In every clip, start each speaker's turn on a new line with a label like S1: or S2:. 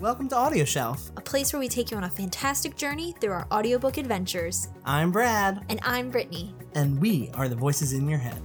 S1: Welcome to Audio Shelf.
S2: a place where we take you on a fantastic journey through our audiobook adventures.
S1: I'm Brad,
S2: And I'm Brittany.
S1: and we are the voices in your head.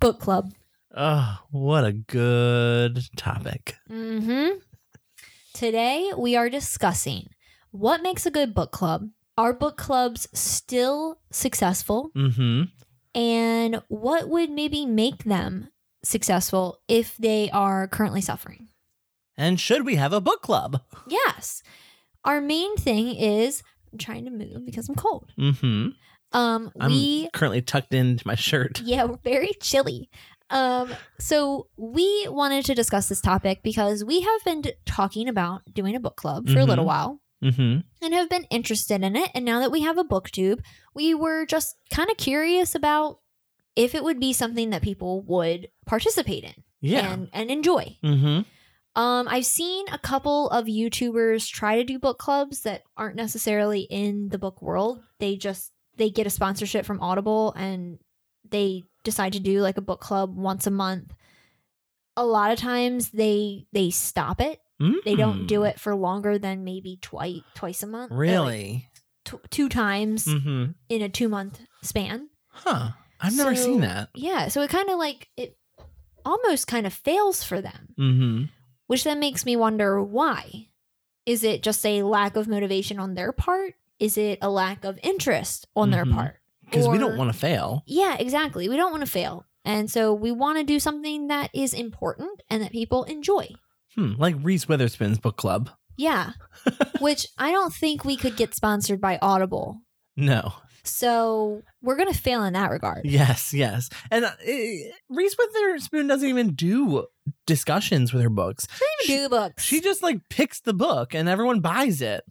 S2: Book club.
S3: Oh, what a good topic.
S2: Mm-hmm. Today we are discussing what makes a good book club. Are book clubs still successful?
S3: Mm-hmm.
S2: And what would maybe make them successful if they are currently suffering?
S3: And should we have a book club?
S2: Yes. Our main thing is I'm trying to move because I'm cold.
S3: Mm-hmm.
S2: Um
S3: I'm
S2: we
S3: currently tucked into my shirt.
S2: Yeah, we're very chilly. Um, so we wanted to discuss this topic because we have been d- talking about doing a book club for a little
S3: Mhm.
S2: while
S3: Mm-hmm.
S2: and have been interested in it. And now that we have a booktube, we were just kind of curious about if it would be something that people would participate in
S3: Yeah.
S2: and, and enjoy.
S3: mm-hmm.
S2: Um, I've seen a couple of YouTubers try to do book clubs that aren't necessarily in the book world. They just they get a sponsorship from Audible and they decide to do like a book club once a month. A lot of times they they stop it. They
S3: Mm-hmm.
S2: don't do it for longer than maybe twice twice a month. They're, like,
S3: Hmm. Really?
S2: tw- two times
S3: Mm-hmm.
S2: in a two month span.
S3: Huh. I've never
S2: So-
S3: seen that.
S2: Yeah, so it kind of like it almost kind of fails for them.
S3: Mm-hmm.
S2: which then makes me wonder why. Is it just a lack of motivation on their part? Is it a lack of interest on their
S3: Mhm.
S2: part?
S3: Because we
S2: Or-
S3: don't want to fail.
S2: Yeah, exactly. We don't want to fail. And so we want to do something that is important and that people enjoy.
S3: Hmm. Like Reese Witherspoon's book club.
S2: Yeah. which I don't think we could get sponsored by Audible.
S3: No.
S2: So we're going to fail in that regard.
S3: Yes, yes. And uh, eh, Reese Witherspoon doesn't even do discussions with her books.
S2: She doesn't even do books.
S3: She just like picks the book and everyone buys it.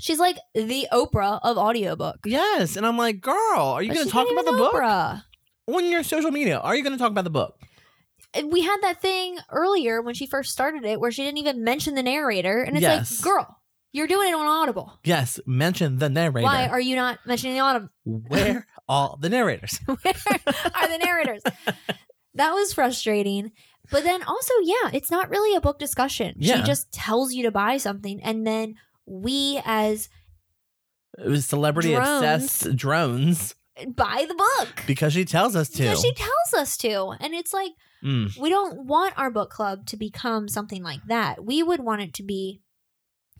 S2: She's like the Oprah of audiobook.
S3: Yes, and I'm like, girl, are you
S2: But
S3: going to
S2: she's
S3: talk
S2: not
S3: about the
S2: even
S3: book
S2: Oprah.
S3: on your social media? Are you going to talk about the book?
S2: and we had that thing earlier when she first started it where she didn't even mention the narrator and it's
S3: Yes.
S2: like girl you're doing it on audible
S3: Yes, mention the narrator.
S2: why are you not mentioning the audible
S3: Where all the narrators?
S2: where are the narrators that was frustrating but then also yeah it's not really a book discussion she
S3: Yeah.
S2: just tells you to buy something and then we as
S3: It was celebrity obsessed drones
S2: buy the book
S3: because she tells us to.
S2: because she tells us to and it's like
S3: Mm,
S2: we don't want our book club to become something like that. We would want it to be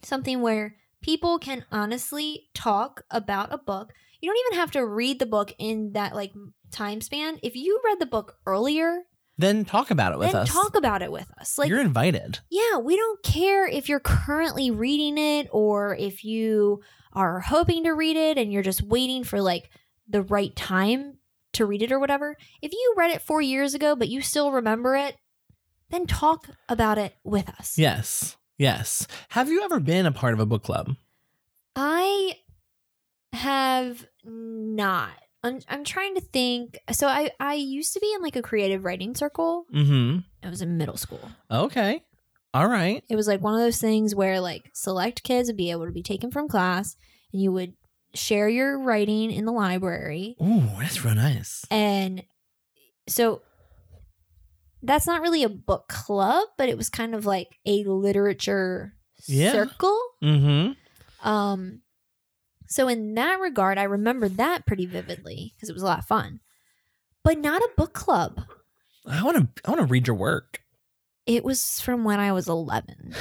S2: something where people can honestly talk about a book. You don't even have to read the book in that like time span. If you read the book earlier,
S3: Then talk about it with
S2: then
S3: us.
S2: talk about it with us. Like
S3: You're invited.
S2: yeah, we don't care if you're currently reading it or if you are hoping to read it and you're just waiting for like the right time to read it or whatever. If you read it four years ago but you still remember it, then talk about it with us.
S3: Yes, yes. Have you ever been a part of a book club?
S2: I have not. I'm, I'm trying to think. So I, I used to be in like a creative writing circle.
S3: Mm-hmm.
S2: I was in middle school.
S3: Okay. All right.
S2: it was like one of those things where like select kids would be able to be taken from class and you would share your writing in the library
S3: Ooh, that's real nice.
S2: and so that's not really a book club but it was kind of like a literature
S3: Yeah.
S2: circle
S3: Mm-hmm.
S2: um so in that regard i remember that pretty vividly because it was a lot of fun but not a book club
S3: I want to. I want to read your work.
S2: it was from when i was 11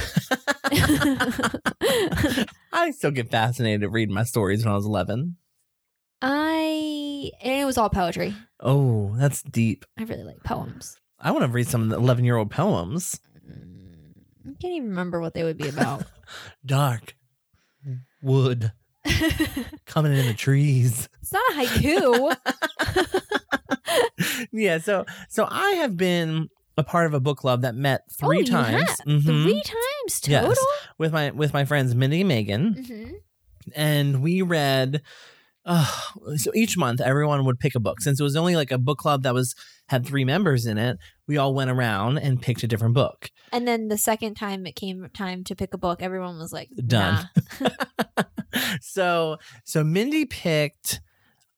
S3: I still get fascinated reading my stories when I was eleven.
S2: I and it was all poetry.
S3: Oh, that's deep.
S2: I really like poems.
S3: I want to read some of the eleven-year-old poems.
S2: Mm, I can't even remember what they would be about.
S3: Dark wood
S2: it's
S3: coming in the trees.
S2: not a haiku.
S3: yeah. So, so I have been a part of a book club that met
S2: Oh,
S3: three
S2: you
S3: times
S2: have.
S3: Mhm.
S2: Three times
S3: Yes.
S2: total.
S3: with my with my friends Mindy and Megan,
S2: hmm
S3: and we read. Uh, so each month, everyone would pick a book. Since it was only like a book club that was had three members in it, we all went around and picked a different book.
S2: And then the second time it came time to pick a book, everyone was like,
S3: Done.
S2: nah.
S3: so so Mindy picked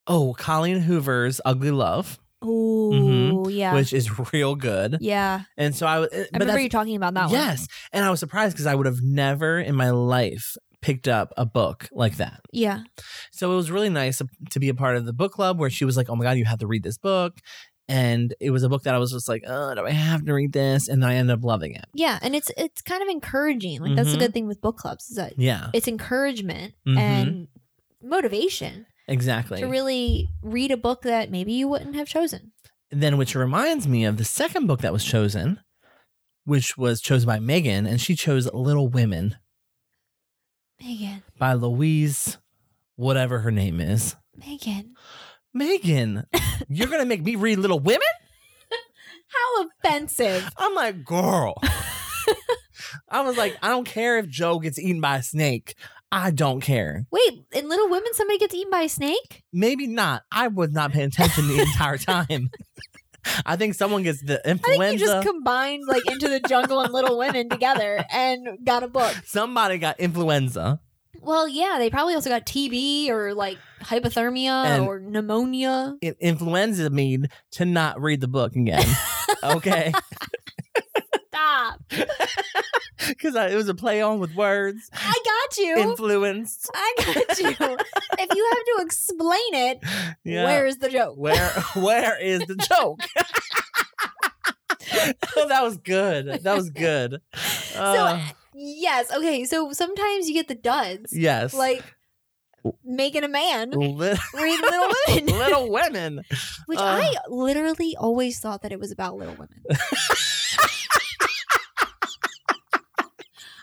S3: oh Colleen Hoover's Ugly Love.
S2: Oh,
S3: Mhm.
S2: yeah.
S3: which is real good.
S2: yeah.
S3: And so I, w-
S2: I
S3: but
S2: remember
S3: that's
S2: you talking about that one.
S3: yes, and I was surprised because I would have never in my life picked up a book like that.
S2: Yeah.
S3: So it was really nice to be a part of the book club where she was like, "Oh my god, you have to read this book," and it was a book that I was just like, "Oh, do I have to read this?" And I ended up loving it.
S2: Yeah. And it's it's kind of encouraging. Like that's the
S3: Mhm.
S2: good thing with book clubs is that
S3: Yeah,
S2: it's encouragement
S3: Mhm.
S2: and motivation
S3: exactly.
S2: to really read a book that maybe you wouldn't have chosen.
S3: then, which reminds me of the second book that was chosen, which was chosen by Megan, and she chose Little Women
S2: Megan.
S3: by Louise, whatever her name is.
S2: Megan.
S3: Megan, you're gonna make me read Little Women?
S2: How offensive.
S3: I'm like, girl. I was like, I don't care if Joe gets eaten by a snake. I don't care.
S2: Wait, in Little Women somebody gets eaten by a snake?
S3: Maybe not. I was not paying attention the entire time. I think someone gets the
S2: I think
S3: influenza.
S2: you just combined like Into the Jungle and Little Women together and got a book.
S3: Somebody got influenza.
S2: Well, yeah, they probably also got TB or like hypothermia
S3: And-
S2: or pneumonia.
S3: It influenza me to not read the book again. Okay.
S2: Stop.
S3: Because it was a play on with words.
S2: I got you.
S3: Influenced.
S2: I got you. if you have to explain it,
S3: Yeah.
S2: where is the joke?
S3: Where where is the joke? oh, that was good. That was good. Uh,
S2: Yes. Okay. So sometimes you get the duds,
S3: yes.
S2: like making a man
S3: Li-
S2: read Little Women,
S3: Little Women.
S2: which
S3: uh.
S2: I literally always thought that it was about Little Women.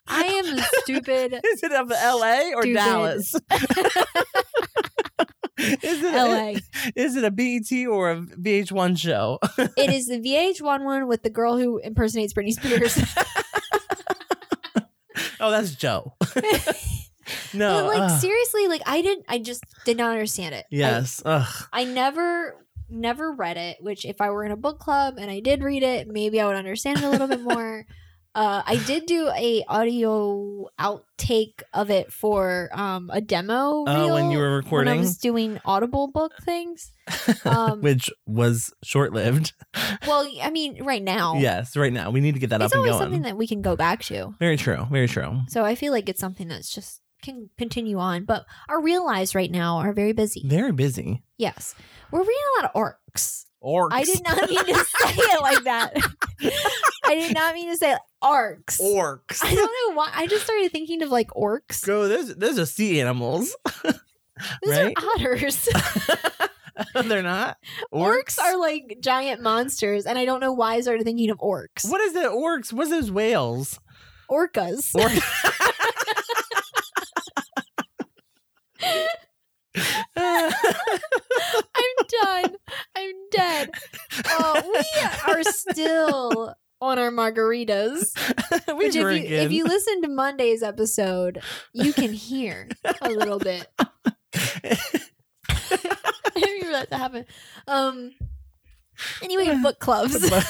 S2: I am stupid.
S3: Is it of L.A. or
S2: Stupid.
S3: Dallas? is it
S2: LA.
S3: Is it a BET or a VH1 show?
S2: It is the VH1 one with the girl who impersonates Britney Spears.
S3: Oh, that's Joe.
S2: but
S3: no.
S2: like
S3: ugh,
S2: seriously, like I didn't. I just did not understand it. I-
S3: Uh. yes. ugh.
S2: I never never read it, which if I were in a book club and I did read it, maybe I would understand it a little bit more. Uh, I did do a audio outtake of it for um, a demo
S3: Uh, when
S2: reel
S3: you were
S2: when I
S3: recording,
S2: was doing Audible book things. Um,
S3: which was short-lived.
S2: well, I mean, right now,
S3: Yes. Right now, we need to get that
S2: it's
S3: up and
S2: always
S3: going.
S2: something that we can go back to.
S3: very true. Very true.
S2: So I feel like it's something that's just can continue on. But our real lives right now are very busy.
S3: Very busy.
S2: Yes, we're reading a lot of orcs.
S3: Orcs.
S2: I did not mean to say it like that. I did not mean to say arcs.
S3: Orcs.
S2: I don't know why. I just started thinking of like orcs.
S3: Go. Those those are sea animals.
S2: Those
S3: right?
S2: are otters.
S3: They're not.
S2: orcs are like giant monsters, and I don't know why I started thinking of orcs.
S3: What is that? Orcs. What's those whales?
S2: Orcas.
S3: Or-
S2: I'm done. I'm dead. Uh, we are still on our margaritas.
S3: we
S2: Which if you,
S3: drinking.
S2: if you listen to Monday's episode, you can hear a little bit. I didn't mean for that to happen. Um. Anyway, book clubs, book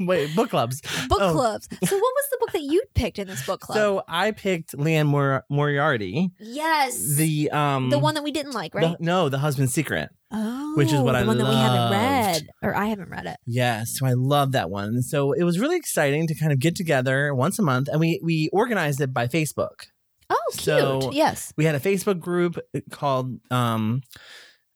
S3: Wait, book clubs. oh.
S2: clubs. So, what was the book that you picked in this book club?
S3: So I picked Leanne Mor- Moriarty,
S2: yes, the,
S3: the um,
S2: one that we didn't like,
S3: the-
S2: right?
S3: no, the husband's secret.
S2: oh,
S3: which is what
S2: the
S3: I
S2: one that we haven't
S3: loved.
S2: read, or I haven't read it.
S3: Yes, so I love that one. So it was really exciting to kind of get together once a month, and we we organized it by Facebook.
S2: Oh, cute.
S3: So-
S2: yes.
S3: we had a Facebook group uh, called um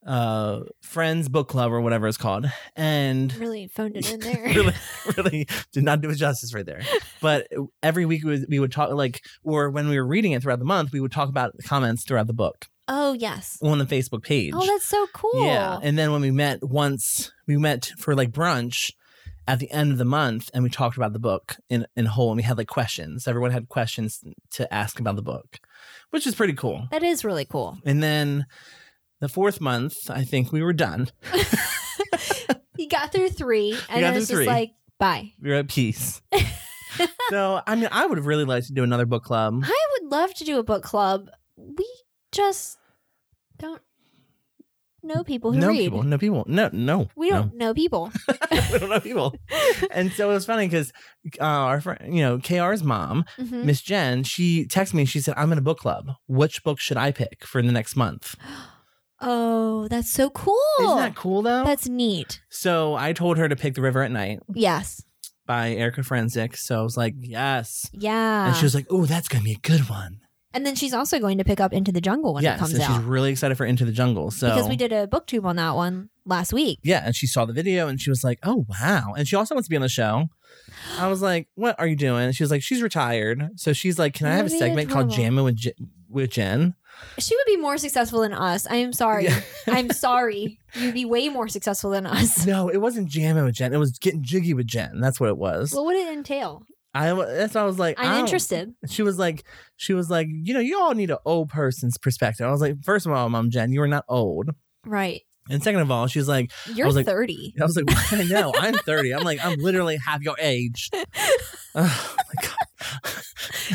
S3: uh Friends Book Club or whatever it's called. And
S2: Really phoned it in there.
S3: really really did not do it justice right there. But uh, every week we would, we would talk like or when we were reading it throughout the month, we would talk about comments throughout the book
S2: Oh, yes.
S3: on the Facebook page.
S2: Oh, that's so cool.
S3: Yeah. And then when we met once we met for like brunch at the end of the month and we talked about the book in, in whole and we had like questions. Everyone had questions to ask about the book, which is pretty cool.
S2: that is really cool.
S3: And then the fourth month, I think we were done.
S2: He got through three, and
S3: got
S2: then
S3: through
S2: it's
S3: three.
S2: just like bye.
S3: We were at peace. so, I mean, I would have really liked to do another book club.
S2: I would love to do a book club. We just don't know people who
S3: no
S2: read.
S3: people, no people, no, no,
S2: We
S3: no.
S2: don't know people.
S3: we don't know people. And so it was funny because uh, our friend, you know, KR's mom,
S2: Mhm.
S3: Miss Jen, she texted me. and She said, "I'm in a book club. Which book should I pick for the next month?"
S2: Oh, that's so cool.
S3: Isn't that cool though?
S2: That's neat.
S3: so I told her to pick The River at Night
S2: Yes.
S3: by Erica Forensic. So I was like, yes.
S2: Yeah.
S3: and she was like, oh, that's going to be a good one.
S2: And then she's also going to pick up Into the Jungle when
S3: yes.
S2: it comes
S3: and
S2: out.
S3: she's really excited for Into the Jungle. So
S2: Because we did a booktube on that one last week.
S3: Yeah, and she saw the video and she was like, "Oh wow!" And she also wants to be on the show. I was like, "What are you doing?" And she was like, "She's retired, so she's like, can I have a
S2: Maybe
S3: segment called
S2: adorable.
S3: Jamming with J- with Jen?"
S2: She would be more successful than us. I am sorry.
S3: Yeah.
S2: I'm sorry. You'd be way more successful than us.
S3: no, it wasn't jamming with Jen. It was getting jiggy with Jen. That's what it was.
S2: What would it entail?
S3: I wa- that's what I was like. I
S2: I'm
S3: don't-
S2: interested.
S3: She was like, she was like, you know, you all need an old person's perspective. I was like, first of all, Mom Jen, you are not old.
S2: Right.
S3: And second of all, she's like,
S2: You're
S3: was like-
S2: 30.
S3: I was like, I know, I'm 30. I'm like, I'm literally half your age. oh my god.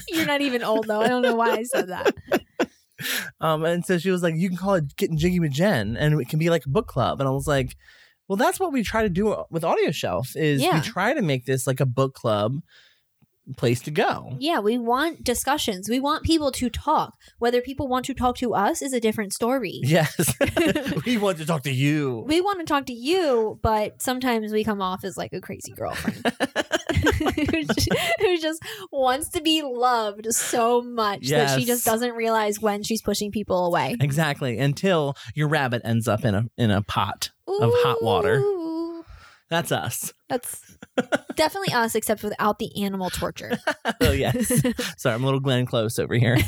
S2: You're not even old though. I don't know why I said that.
S3: Um, and so she was like, "You can call it getting jiggy with Jen, and it can be like a book club." And I was like, "Well, that's what we try to do with Audio Shelf is
S2: Yeah.
S3: we try to make this like a book club place to go."
S2: Yeah, we want discussions. We want people to talk. Whether people want to talk to us is a different story.
S3: Yes, we want to talk to you.
S2: We want to talk to you, but sometimes we come off as like a crazy girlfriend who j- who just wants to be loved so much that
S3: Yes.
S2: she just doesn't realize when she's pushing people away.
S3: Exactly. Until your rabbit ends up in a in a pot. Of hot water.
S2: Ooh.
S3: That's us.
S2: That's definitely us, except without the animal torture.
S3: Oh yes. Sorry, I'm a little Glenn Close over here.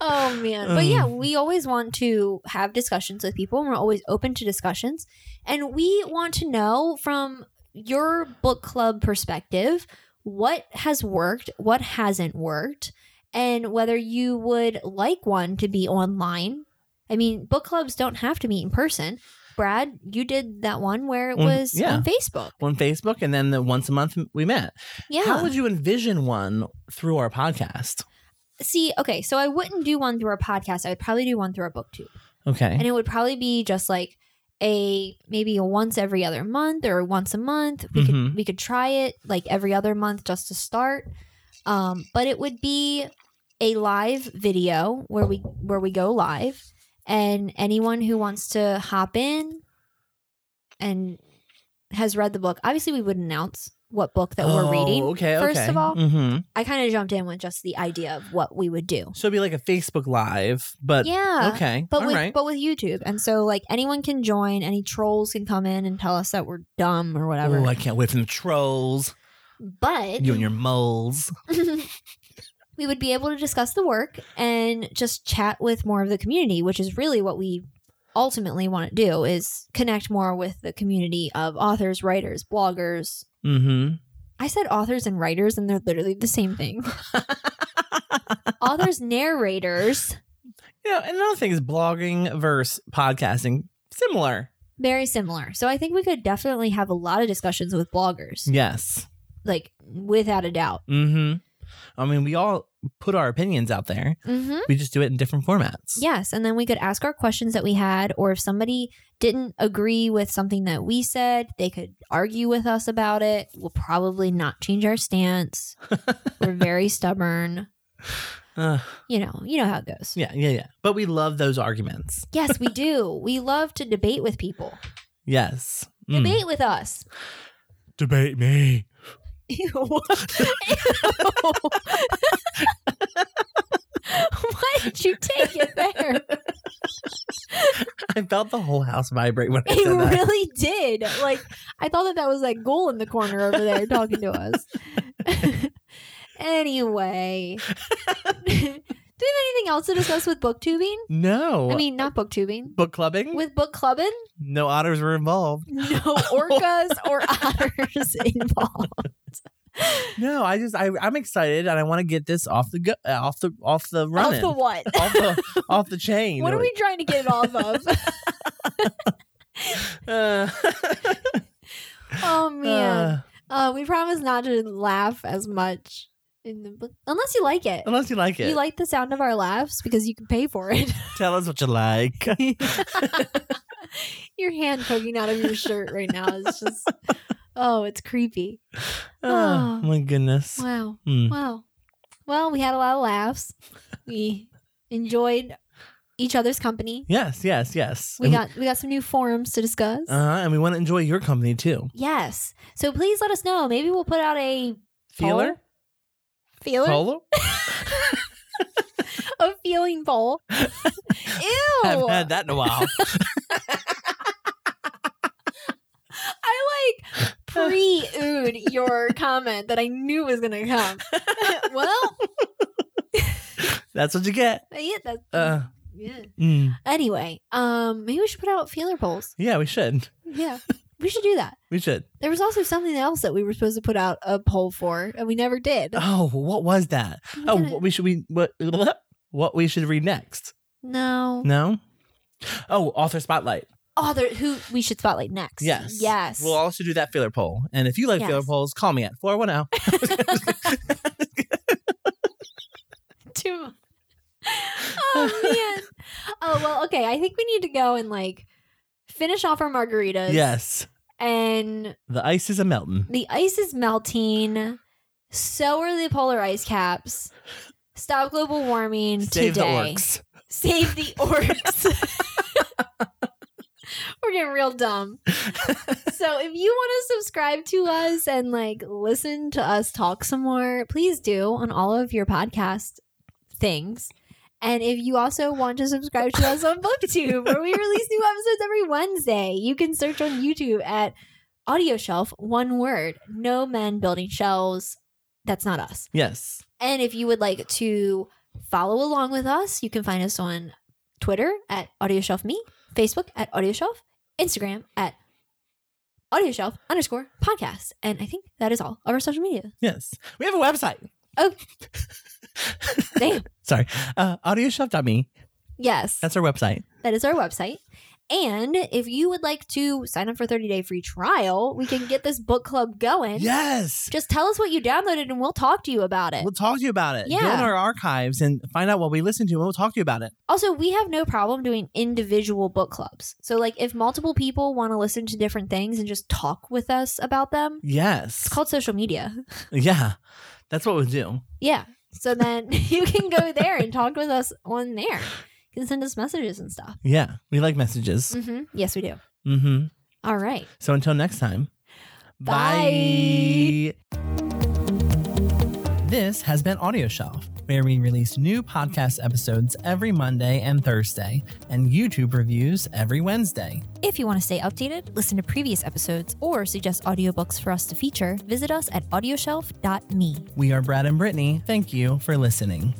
S2: Oh man.
S3: Um.
S2: But yeah, we always want to have discussions with people and we're always open to discussions. And we want to know from your book club perspective what has worked, what hasn't worked, and whether you would like one to be online. I mean, book clubs don't have to meet in person. Brad, you did that one where it
S3: Mm,
S2: was
S3: yeah.
S2: on Facebook.
S3: on Facebook, and then the once a month we met.
S2: Yeah.
S3: How would you envision one through our podcast?
S2: See, okay, so I wouldn't do one through a podcast. I would probably do one through a booktube.
S3: Okay.
S2: and it would probably be just like a maybe a once every other month or once a month we
S3: Mhm.
S2: could we could try it like every other month just to start um but it would be a live video where we where we go live and anyone who wants to hop in and has read the book obviously we would announce what book that we're
S3: Oh,
S2: reading
S3: Okay.
S2: first
S3: okay.
S2: of all.
S3: Mhm.
S2: i kind of jumped in with just the idea of what we would do
S3: So it'd be like a Facebook Live, but
S2: yeah
S3: okay,
S2: but
S3: all
S2: with
S3: right.
S2: but with YouTube, and so like anyone can join. Any trolls can come in and tell us that we're dumb or whatever.
S3: Oh, I can't wait for the trolls,
S2: but
S3: you and your moles.
S2: we would be able to discuss the work and just chat with more of the community, which is really what we ultimately want to do is connect more with the community of authors, writers, bloggers.
S3: Mm-hmm.
S2: I said authors and writers, and they're literally the same thing. authors, narrators,
S3: You know, and another thing is blogging versus podcasting, similar.
S2: very similar. So I think we could definitely have a lot of discussions with bloggers.
S3: Yes.
S2: like without a doubt.
S3: Mm-hmm. I mean, we all put our opinions out there.
S2: Mm-hmm.
S3: We just do it in different formats.
S2: Yes, and then we could ask our questions that we had, or if somebody didn't agree with something that we said, they could argue with us about it. We'll probably not change our stance. We're very stubborn.
S3: Uh,
S2: You know, you know how it goes.
S3: yeah, yeah, yeah. But we love those arguments.
S2: Yes, we do. We love to debate with people.
S3: Yes. Mm.
S2: Debate with us.
S3: Debate me.
S2: Ew. Why did you take it there?
S3: I felt the whole house vibrate when I
S2: It
S3: said that.
S2: really did. Like I thought that that was that goal in the corner over there talking to us. anyway, do we have anything else to discuss with booktubing?
S3: No.
S2: I mean, not booktubing.
S3: book clubbing.
S2: With book clubbing,
S3: no otters were involved.
S2: no orcas or otters involved.
S3: No, I just I, I'm excited and I want to get this off the go, uh, off the off the running
S2: Off the what?
S3: off the off the chain.
S2: what are we trying to get it off of?
S3: Uh,
S2: oh man,
S3: uh,
S2: uh, we promise not to laugh as much in the book, unless you like it.
S3: unless you like it,
S2: You like the sound of our laughs because you can pay for it.
S3: tell us what you like.
S2: your hand poking out of your shirt right now is just oh it's creepy
S3: oh my goodness.
S2: wow
S3: Mm.
S2: wow well we had a lot of laughs we enjoyed each other's company.
S3: Yes, yes, yes.
S2: We got we got some new forums to discuss.
S3: uh, and we want to enjoy your company too.
S2: yes. So please let us know. Maybe we'll put out a
S3: Feeler?
S2: feeler
S3: Polo?
S2: a feeling bowl. Ew.
S3: I haven't had that in a while.
S2: I like pre ooed your comment that I knew was gonna come. well,
S3: That's what you get.
S2: yeah, that's,
S3: Uh,
S2: yeah.
S3: mm.
S2: Anyway, um, maybe we should put out feeler polls.
S3: Yeah, we should.
S2: Yeah, we should do that.
S3: We should.
S2: There was also something else that we were supposed to put out a poll for, and we never did.
S3: Oh, what was that?
S2: I'm
S3: Oh,
S2: gonna-
S3: what we should we what what we should read next?
S2: no.
S3: No. Oh, author spotlight.
S2: Author who we should spotlight next.
S3: Yes.
S2: Yes.
S3: We'll also do that filler poll. And if you like
S2: Yes.
S3: filler polls, call me at 410.
S2: Too much. Oh man. oh well. Okay. I think we need to go and like finish off our margaritas.
S3: yes.
S2: And
S3: The ice is a melting.
S2: the ice is melting. So are the polar ice caps. Stop global warming
S3: Save the
S2: today.
S3: orcs.
S2: Save the orcs. We're getting real dumb. so if you want to subscribe to us and like listen to us talk some more, please do on all of your podcast things. And if you also want to subscribe to us on BookTube, where we release new episodes every Wednesday, you can search on YouTube at Audio Shelf, one word, no men building shelves. That's not us.
S3: Yes.
S2: And if you would like to follow along with us, you can find us on Twitter at AudioshelfMe, Facebook at AudioShelf, Instagram at AudioShelf underscore podcast. And I think that is all of our social media.
S3: Yes. We have a website.
S2: Oh. Damn.
S3: Sorry. Uh, audioshop.me.
S2: Yes,
S3: That's our website.
S2: that is our website. And if you would like to sign up for a 30 day free trial, we can get this book club going.
S3: Yes.
S2: Just tell us what you downloaded and we'll talk to you about it.
S3: We'll talk to you about it. Go
S2: Yeah.
S3: in our archives and find out what we listened to and we'll talk to you about it.
S2: Also, we have no problem doing individual book clubs. So, like, if multiple people want to listen to different things and just talk with us about them,
S3: Yes.
S2: it's called social media.
S3: yeah. That's what we'll do.
S2: Yeah. So then you can go there and talk with us on there. You can send us messages and stuff.
S3: Yeah. We like messages.
S2: hmm Yes, we do.
S3: Mm-hmm.
S2: All right.
S3: So until next time,
S2: Bye.
S3: This has been Audio Shelf, where we release new podcast episodes every Monday and Thursday, and YouTube reviews every Wednesday.
S2: If you want to stay updated, listen to previous episodes, or suggest audiobooks for us to feature, visit us at audioshelf.me.
S3: We are Brad and Brittany. Thank you for listening.